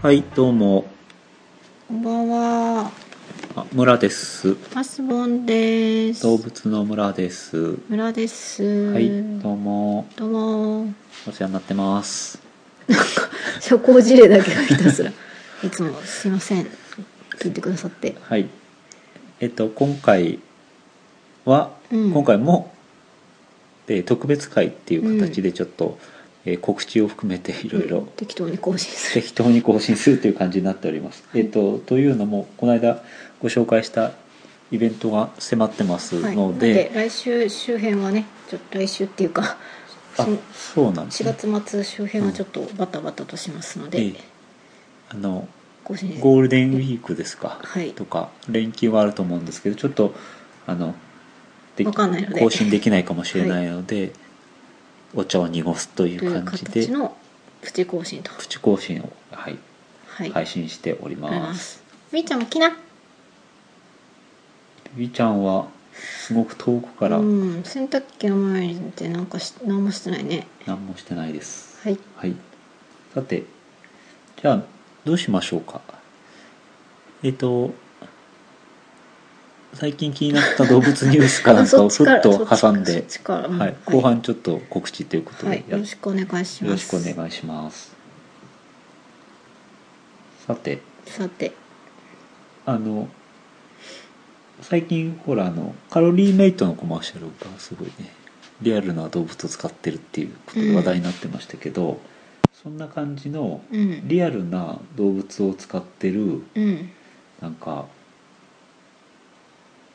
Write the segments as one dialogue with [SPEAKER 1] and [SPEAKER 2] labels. [SPEAKER 1] はい、どうも。
[SPEAKER 2] こんばんは。
[SPEAKER 1] あ、村です。
[SPEAKER 2] マスボンです。
[SPEAKER 1] 動物の村です。
[SPEAKER 2] 村です。
[SPEAKER 1] はい、どうも。
[SPEAKER 2] どうも。
[SPEAKER 1] お世話になってます。
[SPEAKER 2] 社交辞令だけがひたすら。 いつもすいません。聞いてくださって。
[SPEAKER 1] はい。えっと、今回は、
[SPEAKER 2] うん
[SPEAKER 1] 今回も、えー特別会っていう形でちょっと、えー告知を含めて いろいろ
[SPEAKER 2] 適当に更新する。
[SPEAKER 1] 適当に更新するという感じになっております。えっと、というのも、この間ご紹介したイベントが迫って ます
[SPEAKER 2] はい
[SPEAKER 1] の
[SPEAKER 2] な
[SPEAKER 1] で、
[SPEAKER 2] 来週周辺はね、ちょっと来週っていうか、その
[SPEAKER 1] あ、そうなんです
[SPEAKER 2] 4
[SPEAKER 1] ね。
[SPEAKER 2] 月末周辺はちょっとバタバタとしますので、
[SPEAKER 1] ええあの、
[SPEAKER 2] 更新
[SPEAKER 1] ゴールデンウィークですか、
[SPEAKER 2] はい
[SPEAKER 1] とか連休はあると思うんですけどちょっとあのでき
[SPEAKER 2] わかんないので
[SPEAKER 1] 更新できないかもしれないので、お茶を濁すとい
[SPEAKER 2] というう
[SPEAKER 1] 感じで
[SPEAKER 2] 形のプチ更新と。
[SPEAKER 1] プチ更新を、はい
[SPEAKER 2] はい。
[SPEAKER 1] 配信しており
[SPEAKER 2] あり
[SPEAKER 1] ま。
[SPEAKER 2] ますす。みーちゃんも来な。
[SPEAKER 1] ゆいちゃんはすごく遠くから
[SPEAKER 2] うん、洗濯機の前にいてなんかし何もしてないね。
[SPEAKER 1] 何もしてないです。
[SPEAKER 2] はい。
[SPEAKER 1] はい、さてじゃあどうしましょうかえっ、と最近気になった動物ニュースかなんかをふっと挟ん
[SPEAKER 2] そっ
[SPEAKER 1] で
[SPEAKER 2] ちから
[SPEAKER 1] はい、後半ちょっと告知ということで、
[SPEAKER 2] はい、
[SPEAKER 1] や
[SPEAKER 2] よ
[SPEAKER 1] よ
[SPEAKER 2] ろしくお願いします。
[SPEAKER 1] ろしくお願いしますさて
[SPEAKER 2] さて、
[SPEAKER 1] あの最近ほらあのカロリーメイトのコマーシャルがすごいねリアルな動物を使ってるっていうことで話題になってましたけど、そんな感じの
[SPEAKER 2] うん、
[SPEAKER 1] リアルな動物を使ってる
[SPEAKER 2] うん、
[SPEAKER 1] なんか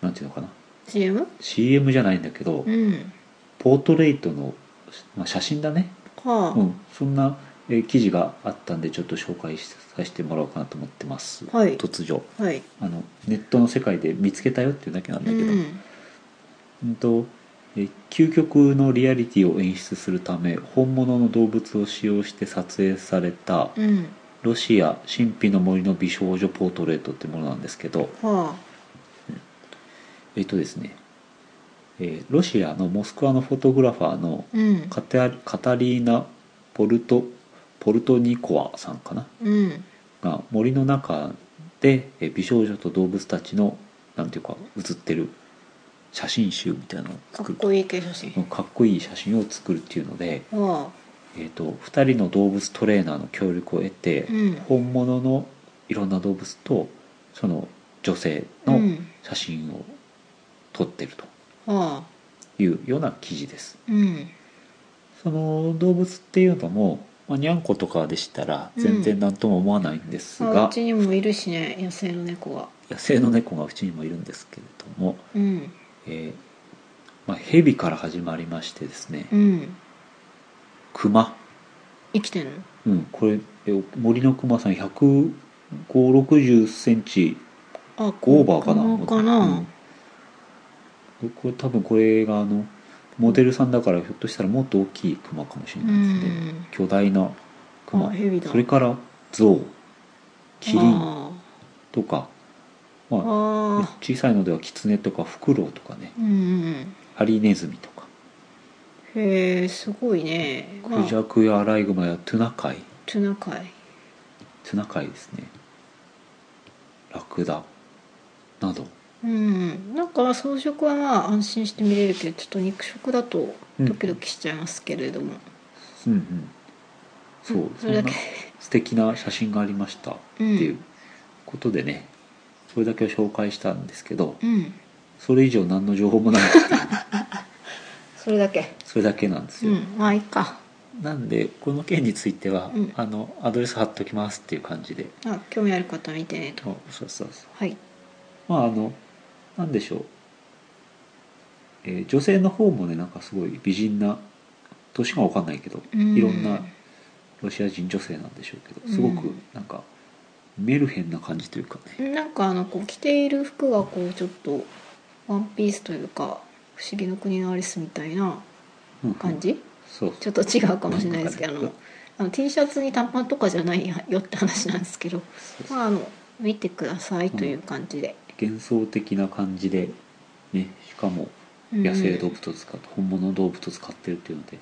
[SPEAKER 1] なんていうのかな
[SPEAKER 2] CM？
[SPEAKER 1] CM じゃないんだけど、
[SPEAKER 2] うん、
[SPEAKER 1] ポートレートの、まあ、写真だね
[SPEAKER 2] はあ、
[SPEAKER 1] うん、そんな、えー記事があったんでちょっと紹介しさせてもらおうかなと思ってます、
[SPEAKER 2] はい
[SPEAKER 1] 突如
[SPEAKER 2] はい、
[SPEAKER 1] あのネットの世界で見つけたよっていうだけなん
[SPEAKER 2] う
[SPEAKER 1] だけど、うん
[SPEAKER 2] ん、
[SPEAKER 1] とえー究極のリアリティを演出するため本物の動物を使用して撮影された
[SPEAKER 2] うん、
[SPEAKER 1] ロシア神秘の森の美少女ポートレートってものなんですけど
[SPEAKER 2] は
[SPEAKER 1] えっとですね、えーロシアのモスクワのフォトグラファーの
[SPEAKER 2] あ、うん、
[SPEAKER 1] カタカタリーナ・ポルトポルトニコワさんかな
[SPEAKER 2] うん、
[SPEAKER 1] が森の中でえ美少女と動物たちのなんていうか写ってる写真集みたいなのを
[SPEAKER 2] か
[SPEAKER 1] 作
[SPEAKER 2] っ
[SPEAKER 1] る
[SPEAKER 2] こいい系写真。
[SPEAKER 1] かっこいい写真を作るっていうので、
[SPEAKER 2] はあ、
[SPEAKER 1] えー、と2人の動物トレーナーの協力を得て、
[SPEAKER 2] うん、
[SPEAKER 1] 本物のいろんな動物とその女性
[SPEAKER 2] う
[SPEAKER 1] の
[SPEAKER 2] ん、
[SPEAKER 1] 写真を撮ってると
[SPEAKER 2] はあ、
[SPEAKER 1] いうような記事です。
[SPEAKER 2] うん、
[SPEAKER 1] その動物っていうのも、まあ、にゃんことかでしたら全然何とも思わないんです
[SPEAKER 2] あ
[SPEAKER 1] が、
[SPEAKER 2] うちにもいるしね、野生の猫が。
[SPEAKER 1] 野生の猫がうちにもいるんですけれども、
[SPEAKER 2] うん、
[SPEAKER 1] えーまあ、ヘビから始まりましてですね、
[SPEAKER 2] うん、
[SPEAKER 1] クマ、
[SPEAKER 2] 生きてんの？
[SPEAKER 1] うん、これえ森のクマさん1 5 6 0センチ
[SPEAKER 2] あ、
[SPEAKER 1] オーバーかな、
[SPEAKER 2] ここかな。
[SPEAKER 1] うんこれ多分これがあのモデルさんだからひょっとしたらもっと大きいクマかもしれ
[SPEAKER 2] う
[SPEAKER 1] ないですね、
[SPEAKER 2] ん、
[SPEAKER 1] 巨大なク
[SPEAKER 2] あ
[SPEAKER 1] マ
[SPEAKER 2] ヘビだ。
[SPEAKER 1] それからゾウキリン
[SPEAKER 2] は
[SPEAKER 1] とか、
[SPEAKER 2] あ
[SPEAKER 1] まあ、
[SPEAKER 2] はあ、
[SPEAKER 1] 小さいのではキツネとかフクロウとかね
[SPEAKER 2] うんうんうん。
[SPEAKER 1] ハリネズミとか
[SPEAKER 2] へえすごいね。まあ
[SPEAKER 1] クジャクやアライグマやトゥナカイ
[SPEAKER 2] トゥナカイ。
[SPEAKER 1] トゥナカイですねラクダなど
[SPEAKER 2] うん、なんか装飾はまあ安心して見れるけどちょっと肉食だとドキドキしちゃいますけれども、
[SPEAKER 1] うんうんそう、
[SPEAKER 2] うん
[SPEAKER 1] そ
[SPEAKER 2] そ
[SPEAKER 1] ん
[SPEAKER 2] れ
[SPEAKER 1] な
[SPEAKER 2] だけ
[SPEAKER 1] 素敵な写真がありましたっていうことでね、それだけを紹介したんですけど
[SPEAKER 2] うん
[SPEAKER 1] それ以上何の情報もないってい う
[SPEAKER 2] それだけ
[SPEAKER 1] それだけなんです
[SPEAKER 2] う
[SPEAKER 1] よ、
[SPEAKER 2] んまあいいか
[SPEAKER 1] なんでこの件については、
[SPEAKER 2] うん
[SPEAKER 1] あのアドレス貼っときますっていう感じで
[SPEAKER 2] あ興味ある方は見てねと
[SPEAKER 1] あそうそうそう
[SPEAKER 2] はい
[SPEAKER 1] まああのなんでしょう、えー女性の方もねなんかすごい美人な年が分かんないけど、
[SPEAKER 2] うん
[SPEAKER 1] いろんなロシア人女性なんでしょうけどすご
[SPEAKER 2] う
[SPEAKER 1] く
[SPEAKER 2] ん
[SPEAKER 1] なんかメルヘンな感じというかね、
[SPEAKER 2] なんかあのこう着ている服がこうちょっとワンピースというか「不思議の国のアリス」みたいな
[SPEAKER 1] うんうん
[SPEAKER 2] 感じ、
[SPEAKER 1] そう
[SPEAKER 2] ちょっと違うかもしれないで すけどあ
[SPEAKER 1] なん
[SPEAKER 2] の
[SPEAKER 1] か
[SPEAKER 2] あの T シャツに短パンとかじゃないよって話なんですけど、
[SPEAKER 1] そうそう
[SPEAKER 2] まあ、あの見てくださいという感じで、
[SPEAKER 1] 幻想的な感じで、ね、しかも
[SPEAKER 2] うん
[SPEAKER 1] 野生動物を使って、本物の動物を使ってるっていうので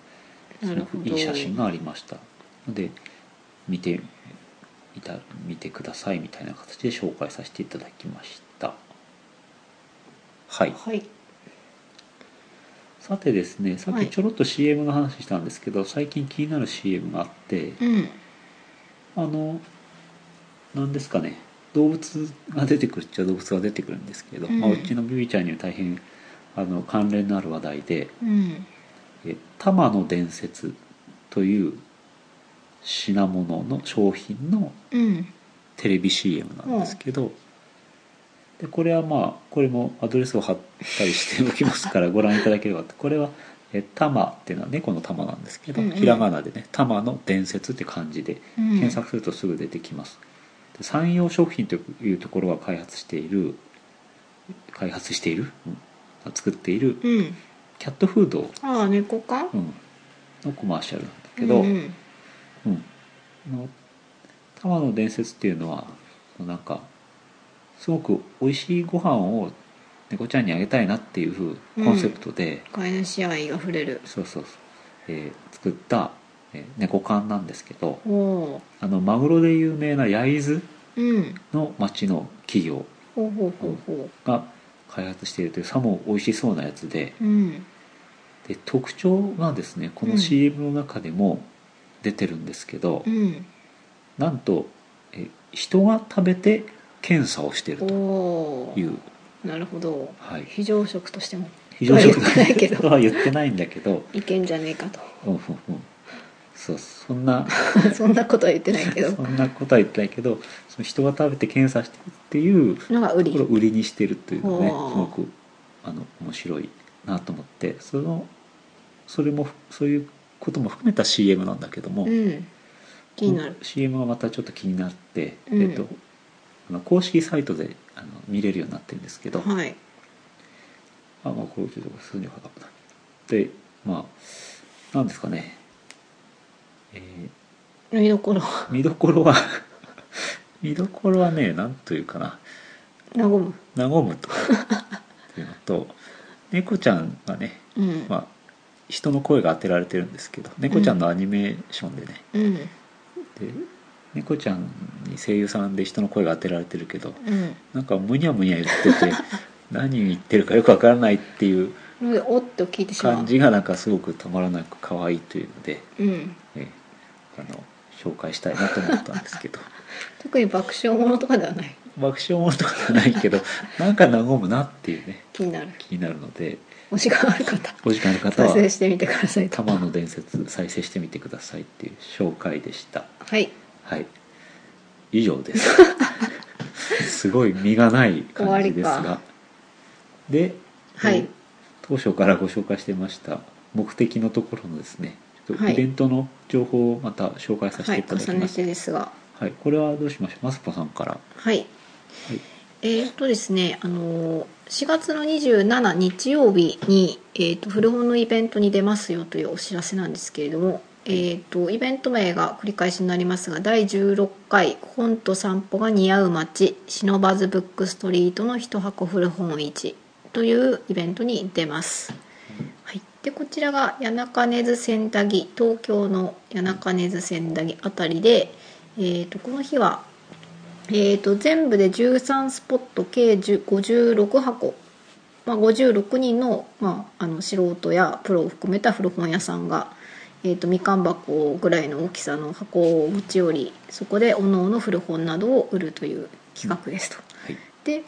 [SPEAKER 2] な
[SPEAKER 1] す
[SPEAKER 2] る
[SPEAKER 1] ご
[SPEAKER 2] ほ
[SPEAKER 1] く
[SPEAKER 2] ど
[SPEAKER 1] いい写真がありましたので見て見た見てくださいみたいな形で紹介させていただきましたはい
[SPEAKER 2] はい
[SPEAKER 1] さてですねさっ
[SPEAKER 2] は
[SPEAKER 1] き
[SPEAKER 2] い
[SPEAKER 1] ちょろっと CM の話したんですけど、最近気になる CM があって
[SPEAKER 2] うん
[SPEAKER 1] あの何ですかね動物が出てくるっちゃ動物が出てくるんですけど、
[SPEAKER 2] うん
[SPEAKER 1] まあ、うちのビビちゃんには大変あの関連のある話題で
[SPEAKER 2] うん
[SPEAKER 1] え「タマの伝説」という品物の商品の
[SPEAKER 2] うん
[SPEAKER 1] テレビ CM なんですけど、でこれはまあこれもアドレスを貼ったりしておきます からご覧いただければとこれは「えタマ」っていうのは猫の玉なんですけど、
[SPEAKER 2] うんうん
[SPEAKER 1] ひらがなでね「タマの伝説」って漢字で
[SPEAKER 2] うん
[SPEAKER 1] 検索するとすぐ出てきます、で山陽食品というところが開発している開発している、うん作っている
[SPEAKER 2] うん
[SPEAKER 1] キャットフードを
[SPEAKER 2] ああ猫か
[SPEAKER 1] うん、のコマーシャルなんだけど、
[SPEAKER 2] う
[SPEAKER 1] うん
[SPEAKER 2] ん
[SPEAKER 1] の「タマの伝説」っていうのはなんかすごく美味しいご飯を猫ちゃんにあげたいなっていうふうコンセプトで、
[SPEAKER 2] 飼い主愛が触れる
[SPEAKER 1] そうそうそう、えー作った、えー猫缶なんですけど
[SPEAKER 2] おお
[SPEAKER 1] あのマグロで有名な焼津
[SPEAKER 2] ーうん
[SPEAKER 1] の町の企業
[SPEAKER 2] ほうほうほうほ
[SPEAKER 1] が開発しているというさも美味しそうなやつで
[SPEAKER 2] ううん
[SPEAKER 1] で特徴がですねこ
[SPEAKER 2] う
[SPEAKER 1] の
[SPEAKER 2] ん
[SPEAKER 1] CM の中でも出てるんですけど、
[SPEAKER 2] うん
[SPEAKER 1] なんとえ人が食べて検査をしている
[SPEAKER 2] お
[SPEAKER 1] と
[SPEAKER 2] お
[SPEAKER 1] い
[SPEAKER 2] ー
[SPEAKER 1] う、
[SPEAKER 2] なるほど
[SPEAKER 1] はい、
[SPEAKER 2] 非常食としても
[SPEAKER 1] 非常食
[SPEAKER 2] とは言ってないけど
[SPEAKER 1] と は言ってないんだけど、
[SPEAKER 2] いけんじゃねえかと
[SPEAKER 1] うんうんうん、そうそんな
[SPEAKER 2] そんなことは言ってないけど
[SPEAKER 1] そんなことは言ってないけどその人が食べて検査してるっていうと
[SPEAKER 2] のが売り
[SPEAKER 1] ころを売りにしてるっていうのねす
[SPEAKER 2] ほう
[SPEAKER 1] ごくあの面白いなと思ってそのそれもそういうことも含めた CM なんだけども、
[SPEAKER 2] うん気になる
[SPEAKER 1] この CM がまたちょっと気になって、
[SPEAKER 2] うん
[SPEAKER 1] えっと、あの公式サイトであの見れるようになってるんですけど、
[SPEAKER 2] はい
[SPEAKER 1] あまあこういうとこ進んでよかったでまあなんですかね、えー
[SPEAKER 2] 見どころ
[SPEAKER 1] 見どころは 見どころはねなんというかな
[SPEAKER 2] 和む
[SPEAKER 1] 和むとっていうのと猫ちゃんがね、
[SPEAKER 2] うん、
[SPEAKER 1] まあ、人の声が当てられてるんですけど猫ちゃんのアニメーションでね、
[SPEAKER 2] うん
[SPEAKER 1] で猫ちゃんに声優さんで人の声が当てられてるけど
[SPEAKER 2] うん
[SPEAKER 1] なんかむにゃむにゃ言ってて何言ってるかよくわからないっていう
[SPEAKER 2] のでおっと聞いてしまう
[SPEAKER 1] 感じがなんかすごくたまらなく可愛いというので、
[SPEAKER 2] うん、
[SPEAKER 1] えーあの紹介したいなと思ったんですけど
[SPEAKER 2] 特に爆笑ものとかではない
[SPEAKER 1] 爆笑ものとかじゃないけどなんか和むなっていうね
[SPEAKER 2] 気になる
[SPEAKER 1] 気になるので
[SPEAKER 2] 推しがある方
[SPEAKER 1] お時間ある方
[SPEAKER 2] 再
[SPEAKER 1] は
[SPEAKER 2] 生してみてくだ
[SPEAKER 1] 「
[SPEAKER 2] さいと
[SPEAKER 1] 玉の伝説」再生してみてくださいっていう紹介でした
[SPEAKER 2] はい
[SPEAKER 1] はい以上ですす ごい身がない感じです
[SPEAKER 2] 終わ
[SPEAKER 1] がで、
[SPEAKER 2] はい
[SPEAKER 1] えー当初からご紹介してました目的のところのですねちょっと
[SPEAKER 2] はい
[SPEAKER 1] イベントの情報をまた紹介させて
[SPEAKER 2] は
[SPEAKER 1] い
[SPEAKER 2] い
[SPEAKER 1] ただき
[SPEAKER 2] 重
[SPEAKER 1] ま
[SPEAKER 2] ね
[SPEAKER 1] す、
[SPEAKER 2] てですが
[SPEAKER 1] はい、これはどうしましょうマスポさんから、
[SPEAKER 2] はい
[SPEAKER 1] はい、
[SPEAKER 2] えーっとですね、あのー4月の27日曜日に、えーっと古本のイベントに出ますよというお知らせなんですけれども、えーっとイベント名が繰り返しになりますが第16回「本と散歩が似合う街シノバズブックストリートの一箱古本市」というイベントに出ます。はい、でこちらが谷中根津千駄木東京の谷中根津千駄木あたりで、えーっとこの日はえー、と全部で13スポット計10 56箱、まあ、56人の,、まあ、あの素人やプロを含めた古本屋さんが、えー、とみかん箱ぐらいの大きさの箱を持ち寄りそこでおのおの古本などを売るという企画ですと。
[SPEAKER 1] はい、
[SPEAKER 2] で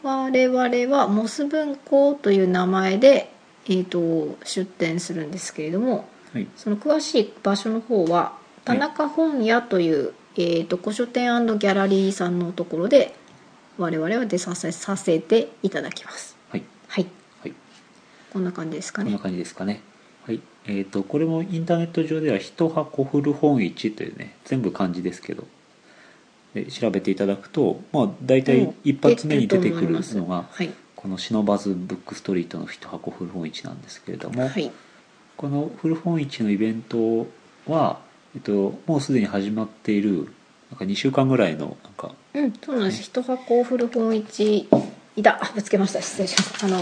[SPEAKER 2] 我々はモス文庫という名前で、えー、と出店するんですけれども
[SPEAKER 1] はい、
[SPEAKER 2] その詳しい場所の方は田中本屋という、えー、と古書店ギャラリーさんのところで我々は出させさせていただきます
[SPEAKER 1] はい、
[SPEAKER 2] はい
[SPEAKER 1] はい、
[SPEAKER 2] こんな感じです
[SPEAKER 1] こ
[SPEAKER 2] か
[SPEAKER 1] んな
[SPEAKER 2] ね
[SPEAKER 1] 感じですかね。はい、えー、とこれもインターネット上では「一箱古本市」というね全部漢字ですけどで調べていただくと、まあ、大体一発目に出てくるのが
[SPEAKER 2] はい
[SPEAKER 1] この「忍ばずブックストリート」の「一箱古本市」なんですけれども、
[SPEAKER 2] はい
[SPEAKER 1] この古本市のイベントは、えっと、もうすでに始まっているなんか2週間ぐらいのなんか
[SPEAKER 2] うんそうなんです一箱古本市いたあぶつけました失礼しますあの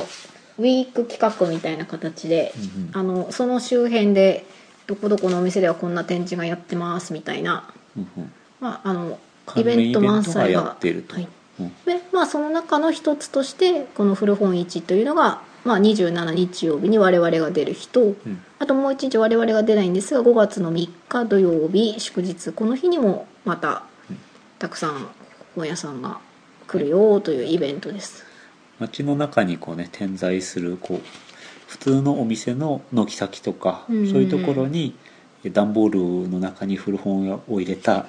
[SPEAKER 2] ウィーク企画みたいな形で、
[SPEAKER 1] うんうん
[SPEAKER 2] あのその周辺でどこどこのお店ではこんな展示がやってますみたいな、
[SPEAKER 1] うんうん
[SPEAKER 2] まあ、あのイ
[SPEAKER 1] 関連
[SPEAKER 2] ベント満
[SPEAKER 1] イ
[SPEAKER 2] 載
[SPEAKER 1] ベン
[SPEAKER 2] が
[SPEAKER 1] トやっていると、
[SPEAKER 2] はい
[SPEAKER 1] うん
[SPEAKER 2] でまあその中の一つとしてこの古本市というのが、まあ、27日曜日に我々が出る日と、
[SPEAKER 1] うん
[SPEAKER 2] あともう一日我々が出ないんですが5月の3日土曜日祝日この日にもまた
[SPEAKER 1] うん
[SPEAKER 2] たくさん本屋さんが来るよというイベントです。
[SPEAKER 1] 街の中にこうね点在するこう普通のお店の軒先とか、
[SPEAKER 2] うんうん
[SPEAKER 1] そういうところにえ段ボールの中に古本を入れた、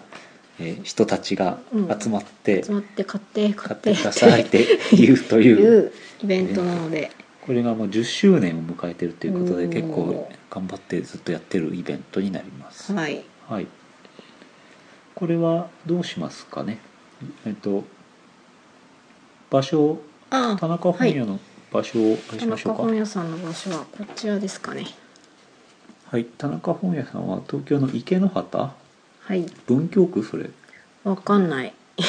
[SPEAKER 1] えー人たちが集まって、
[SPEAKER 2] 集まって買って
[SPEAKER 1] 買
[SPEAKER 2] 買
[SPEAKER 1] っ
[SPEAKER 2] ってて
[SPEAKER 1] くださいっ
[SPEAKER 2] って
[SPEAKER 1] て言うと
[SPEAKER 2] い
[SPEAKER 1] いう
[SPEAKER 2] うイベントなので
[SPEAKER 1] これがもう10周年を迎えてるということで
[SPEAKER 2] うん
[SPEAKER 1] 結構頑張ってずっとやってるイベントになります、
[SPEAKER 2] はい
[SPEAKER 1] はい、これはどうしますかねえっと場所
[SPEAKER 2] あ
[SPEAKER 1] 田中本屋の場所をお願い
[SPEAKER 2] 田
[SPEAKER 1] しましょ
[SPEAKER 2] 中
[SPEAKER 1] うか、
[SPEAKER 2] 本屋さんの場所はこちらですかね
[SPEAKER 1] はい、田中本屋さんは東京の池の端
[SPEAKER 2] はい
[SPEAKER 1] 文京区それ
[SPEAKER 2] わかんない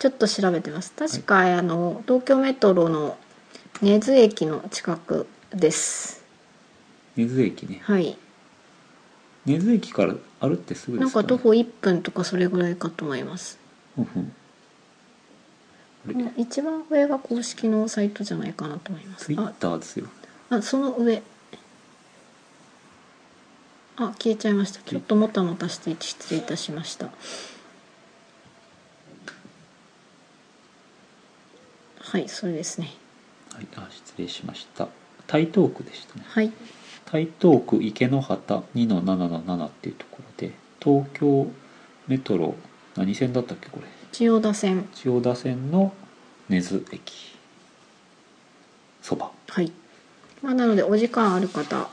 [SPEAKER 2] ちょっと調べてます確か、あの東京メトロの根津駅の近くです
[SPEAKER 1] 根津駅ね
[SPEAKER 2] はい
[SPEAKER 1] 根津駅から歩ってすぐで
[SPEAKER 2] なん
[SPEAKER 1] すか、
[SPEAKER 2] か
[SPEAKER 1] ね、
[SPEAKER 2] 徒歩1分とかそれぐらいかと思います
[SPEAKER 1] うんうんあれ
[SPEAKER 2] もう一番上が公式のサイトじゃないかなと思います
[SPEAKER 1] ツイッ
[SPEAKER 2] あ
[SPEAKER 1] ターですよ
[SPEAKER 2] あその上あ消えちゃいましたちょっともたもたして失礼いたしましたはいそれですね
[SPEAKER 1] はい、あ失礼しました台東区でしたね
[SPEAKER 2] はい
[SPEAKER 1] 台東区池の端2-777っていうところで東京メトロ何線だったっけこれ
[SPEAKER 2] 千代田線
[SPEAKER 1] 千代田線の根津駅そば
[SPEAKER 2] はい、まあ、なのでお時間ある方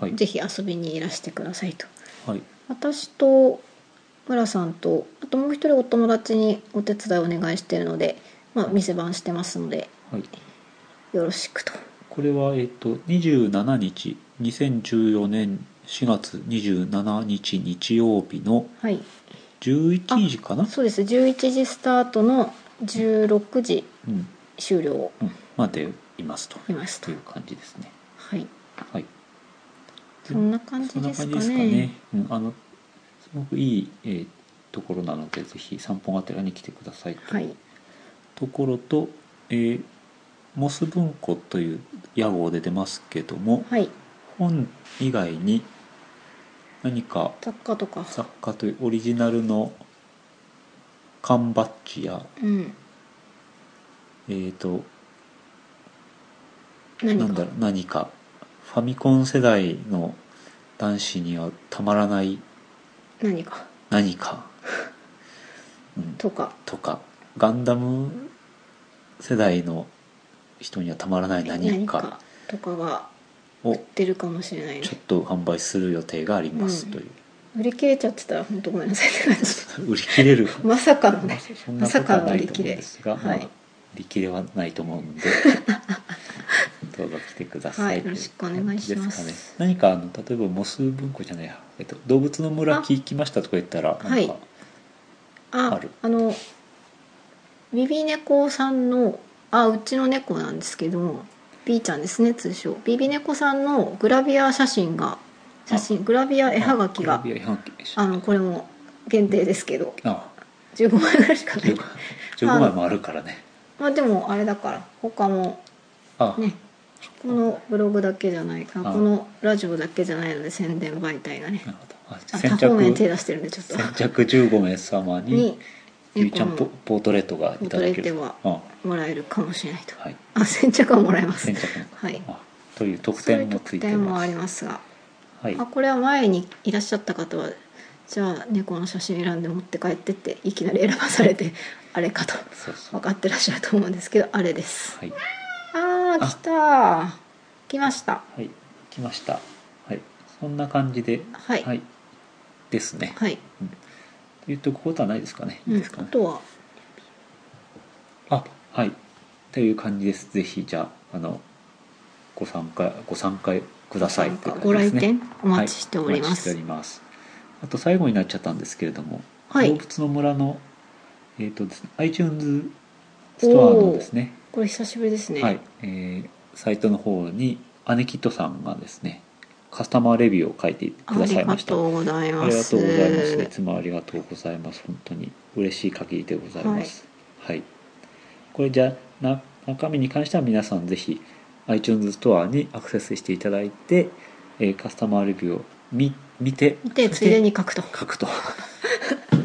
[SPEAKER 1] はい、
[SPEAKER 2] ぜひ遊びにいらしてくださいと
[SPEAKER 1] はい、
[SPEAKER 2] 私と村さんとあともう一人お友達にお手伝いお願いしてるので、まあ、店番してますので
[SPEAKER 1] はい、
[SPEAKER 2] よろしくと
[SPEAKER 1] これはえっと27日2014年4月27日日曜日の
[SPEAKER 2] はい
[SPEAKER 1] 11時かな
[SPEAKER 2] そうです11時スタートの16時
[SPEAKER 1] うん、
[SPEAKER 2] 終了
[SPEAKER 1] うん、までいますと
[SPEAKER 2] います
[SPEAKER 1] と
[SPEAKER 2] と
[SPEAKER 1] いう感じですね
[SPEAKER 2] はい
[SPEAKER 1] はい
[SPEAKER 2] そんな感
[SPEAKER 1] そ
[SPEAKER 2] じ
[SPEAKER 1] んな
[SPEAKER 2] です
[SPEAKER 1] 感
[SPEAKER 2] か
[SPEAKER 1] じ
[SPEAKER 2] ね
[SPEAKER 1] ですかね。うん、あのすごくいい、えーところなのでぜひ散歩がてらに来てくださいと,、
[SPEAKER 2] はい
[SPEAKER 1] ところと、えーモス文庫という屋号で出ますけども、
[SPEAKER 2] はい
[SPEAKER 1] 本以外に何か
[SPEAKER 2] 雑貨とか
[SPEAKER 1] 作家というオリジナルの缶バッジや
[SPEAKER 2] うん
[SPEAKER 1] えっ、と
[SPEAKER 2] 何
[SPEAKER 1] な
[SPEAKER 2] か
[SPEAKER 1] んだろう何かファミコン世代の男子にはたまらない
[SPEAKER 2] 何か
[SPEAKER 1] 何か、うん、
[SPEAKER 2] とか
[SPEAKER 1] とかガンダム世代の人にはたまらない何か
[SPEAKER 2] とかが
[SPEAKER 1] を
[SPEAKER 2] 出るかもしれないね
[SPEAKER 1] ちょっと販売する予定があります
[SPEAKER 2] うん
[SPEAKER 1] という、
[SPEAKER 2] 売り切れちゃってたら本当ごめんなさいって感 じ
[SPEAKER 1] 売り切れる
[SPEAKER 2] まさかのね
[SPEAKER 1] そん
[SPEAKER 2] ま
[SPEAKER 1] なこ
[SPEAKER 2] さ
[SPEAKER 1] と
[SPEAKER 2] か
[SPEAKER 1] は
[SPEAKER 2] の
[SPEAKER 1] な
[SPEAKER 2] 売
[SPEAKER 1] い
[SPEAKER 2] り
[SPEAKER 1] と
[SPEAKER 2] 切
[SPEAKER 1] 思うん
[SPEAKER 2] れ
[SPEAKER 1] ですが、ま
[SPEAKER 2] は
[SPEAKER 1] あ
[SPEAKER 2] い、
[SPEAKER 1] 売り切れはないと思 うんでどうぞ来てくださ
[SPEAKER 2] はいい
[SPEAKER 1] とう
[SPEAKER 2] よろしくお願いします
[SPEAKER 1] 感じですかね何かあの例えばモス文庫じゃないや、えっと、動物の村聞きましたとか言ったらなんか、
[SPEAKER 2] はいあ
[SPEAKER 1] ある
[SPEAKER 2] あのビビ猫さんのあうちの猫なんですけども B ちゃんですね通称ビビ猫さんのグラビア写真が写真グラビア絵はがきが
[SPEAKER 1] あ絵はがき
[SPEAKER 2] あのこれも限定ですけど
[SPEAKER 1] あ
[SPEAKER 2] 15枚ぐらいしか ない
[SPEAKER 1] 15 15枚もあるからね
[SPEAKER 2] まあでもあれだから他も
[SPEAKER 1] あ
[SPEAKER 2] ねこのブログだけじゃないか
[SPEAKER 1] あ
[SPEAKER 2] このラジオだけじゃないので宣伝媒体がね
[SPEAKER 1] なるほどあ
[SPEAKER 2] あ
[SPEAKER 1] 先
[SPEAKER 2] 多方面手
[SPEAKER 1] 着
[SPEAKER 2] 出してるんでちょっと
[SPEAKER 1] 先着15名様に
[SPEAKER 2] に
[SPEAKER 1] ゆいちゃんポ
[SPEAKER 2] 猫
[SPEAKER 1] ポートレートがいただける
[SPEAKER 2] ポート
[SPEAKER 1] あ
[SPEAKER 2] ももらえるかもしれないと
[SPEAKER 1] はい
[SPEAKER 2] あ先着はもらえます
[SPEAKER 1] 先着の
[SPEAKER 2] はい
[SPEAKER 1] あという特
[SPEAKER 2] そういう
[SPEAKER 1] 典もつ
[SPEAKER 2] 特
[SPEAKER 1] いて
[SPEAKER 2] 典も
[SPEAKER 1] ま
[SPEAKER 2] あ
[SPEAKER 1] す
[SPEAKER 2] りますが、
[SPEAKER 1] はい
[SPEAKER 2] あこれは前にいらっしゃった方はじゃあ猫の写真選んで持って帰ってっていきなり選ばされてあれかと
[SPEAKER 1] そうそう
[SPEAKER 2] 分かってらっしゃると思うんですけどあれです
[SPEAKER 1] はい
[SPEAKER 2] あー
[SPEAKER 1] あ
[SPEAKER 2] 来たー来ました
[SPEAKER 1] はい来ましたそんな感じで、
[SPEAKER 2] はいはい、
[SPEAKER 1] ですね。言っとくことはないですかね。いい
[SPEAKER 2] うん、
[SPEAKER 1] ですか
[SPEAKER 2] あ
[SPEAKER 1] ね。
[SPEAKER 2] とは
[SPEAKER 1] あ、はい。という感じです。ぜひ、じゃあ、あの、ご参加、ご参加くださいって感じ
[SPEAKER 2] ご
[SPEAKER 1] で
[SPEAKER 2] 来
[SPEAKER 1] すね。
[SPEAKER 2] 店お待ちしており
[SPEAKER 1] はいお
[SPEAKER 2] ま
[SPEAKER 1] 待ちして
[SPEAKER 2] す
[SPEAKER 1] お。ります。あと、最後になっちゃったんですけれども、
[SPEAKER 2] はい
[SPEAKER 1] 動物の村の、えっ、とですね、iTunes ストアのですね、
[SPEAKER 2] これ久しぶりですね。
[SPEAKER 1] はい、えーサイトの方に、アネキットさんがですね、カスタマーレビューを書いて
[SPEAKER 2] あ
[SPEAKER 1] くださ
[SPEAKER 2] り
[SPEAKER 1] い
[SPEAKER 2] が
[SPEAKER 1] ました。
[SPEAKER 2] とうござい
[SPEAKER 1] あ
[SPEAKER 2] ま
[SPEAKER 1] りが
[SPEAKER 2] す。
[SPEAKER 1] とうございます。いつもありがとうございます。本当に嬉しい限りでございます。はい。これじゃあな中身に関しては皆さんぜひ iTunes ストアにアクセスしていただいて、えーカスタマーレビューを見見て
[SPEAKER 2] でついでに書くと
[SPEAKER 1] 書くと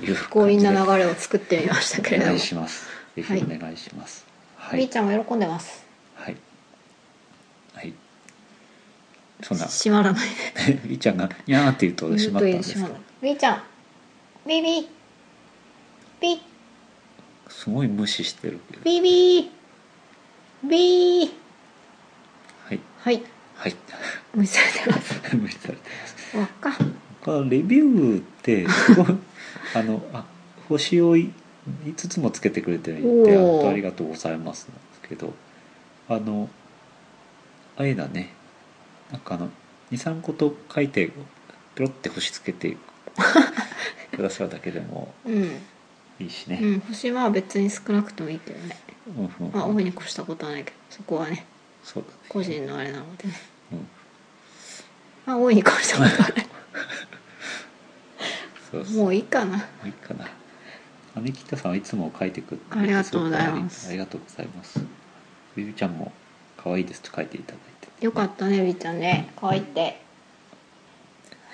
[SPEAKER 1] いう
[SPEAKER 2] 強
[SPEAKER 1] 感
[SPEAKER 2] 引
[SPEAKER 1] じで
[SPEAKER 2] な流れを作ってみましたけれ
[SPEAKER 1] お
[SPEAKER 2] ども、
[SPEAKER 1] 願い
[SPEAKER 2] み
[SPEAKER 1] します。ぜひ
[SPEAKER 2] はい
[SPEAKER 1] お願いします。は
[SPEAKER 2] ー
[SPEAKER 1] い。
[SPEAKER 2] ちゃんは喜んでます。
[SPEAKER 1] はい。はい。そんな、
[SPEAKER 2] 閉まらない。
[SPEAKER 1] みーちゃんが、にゃーって言うとしまったんですけど、
[SPEAKER 2] みーちゃん、ビービー、ビー
[SPEAKER 1] すごい無視してるけど。
[SPEAKER 2] ビービー、ビー。
[SPEAKER 1] はい。
[SPEAKER 2] はい、
[SPEAKER 1] はい。
[SPEAKER 2] 無視されてます。
[SPEAKER 1] 無視されてます。
[SPEAKER 2] わっか。
[SPEAKER 1] このレビューってすごいあのあ星をい5つもつけてくれてるって
[SPEAKER 2] おー
[SPEAKER 1] 本当ありがとうございますなんですけどあのあれだねなんかあの23個と書いてペロって星つけてくださるだけでも
[SPEAKER 2] うん、
[SPEAKER 1] いいし
[SPEAKER 2] う
[SPEAKER 1] ね、
[SPEAKER 2] ん、星は別に少なくてもいいけどね。
[SPEAKER 1] うんうん
[SPEAKER 2] まあ、多いに越したことはないけど、そこはね、
[SPEAKER 1] そうだね
[SPEAKER 2] 個人のあれなのでね。
[SPEAKER 1] うん
[SPEAKER 2] まあ、多いに越したことはない。
[SPEAKER 1] そうそう
[SPEAKER 2] もういいかな。
[SPEAKER 1] もういいかな。アネキタさんはいつも書いてくれて
[SPEAKER 2] ありがとうございます
[SPEAKER 1] ごくありがとうございます。ゆゆちゃんも可愛いですと書いていただいて。
[SPEAKER 2] よかったね、みーちゃんね、可愛いって。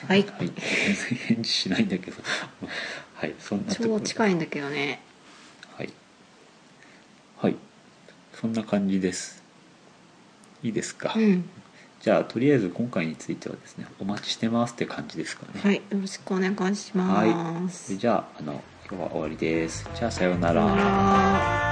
[SPEAKER 2] はい。
[SPEAKER 1] はい。全然返事しないんだけど。 はい。そんなところ
[SPEAKER 2] 超
[SPEAKER 1] で。
[SPEAKER 2] 近いんだけどね。
[SPEAKER 1] はい。はい。そんな感じです。いいですか。
[SPEAKER 2] うん、
[SPEAKER 1] じゃあとりあえず今回についてはですね、お待ちしてますって感じですかね。
[SPEAKER 2] はい、よろしくお願いします。
[SPEAKER 1] じゃああの今日は終わりです。じゃあさような
[SPEAKER 2] さよう
[SPEAKER 1] ら
[SPEAKER 2] なら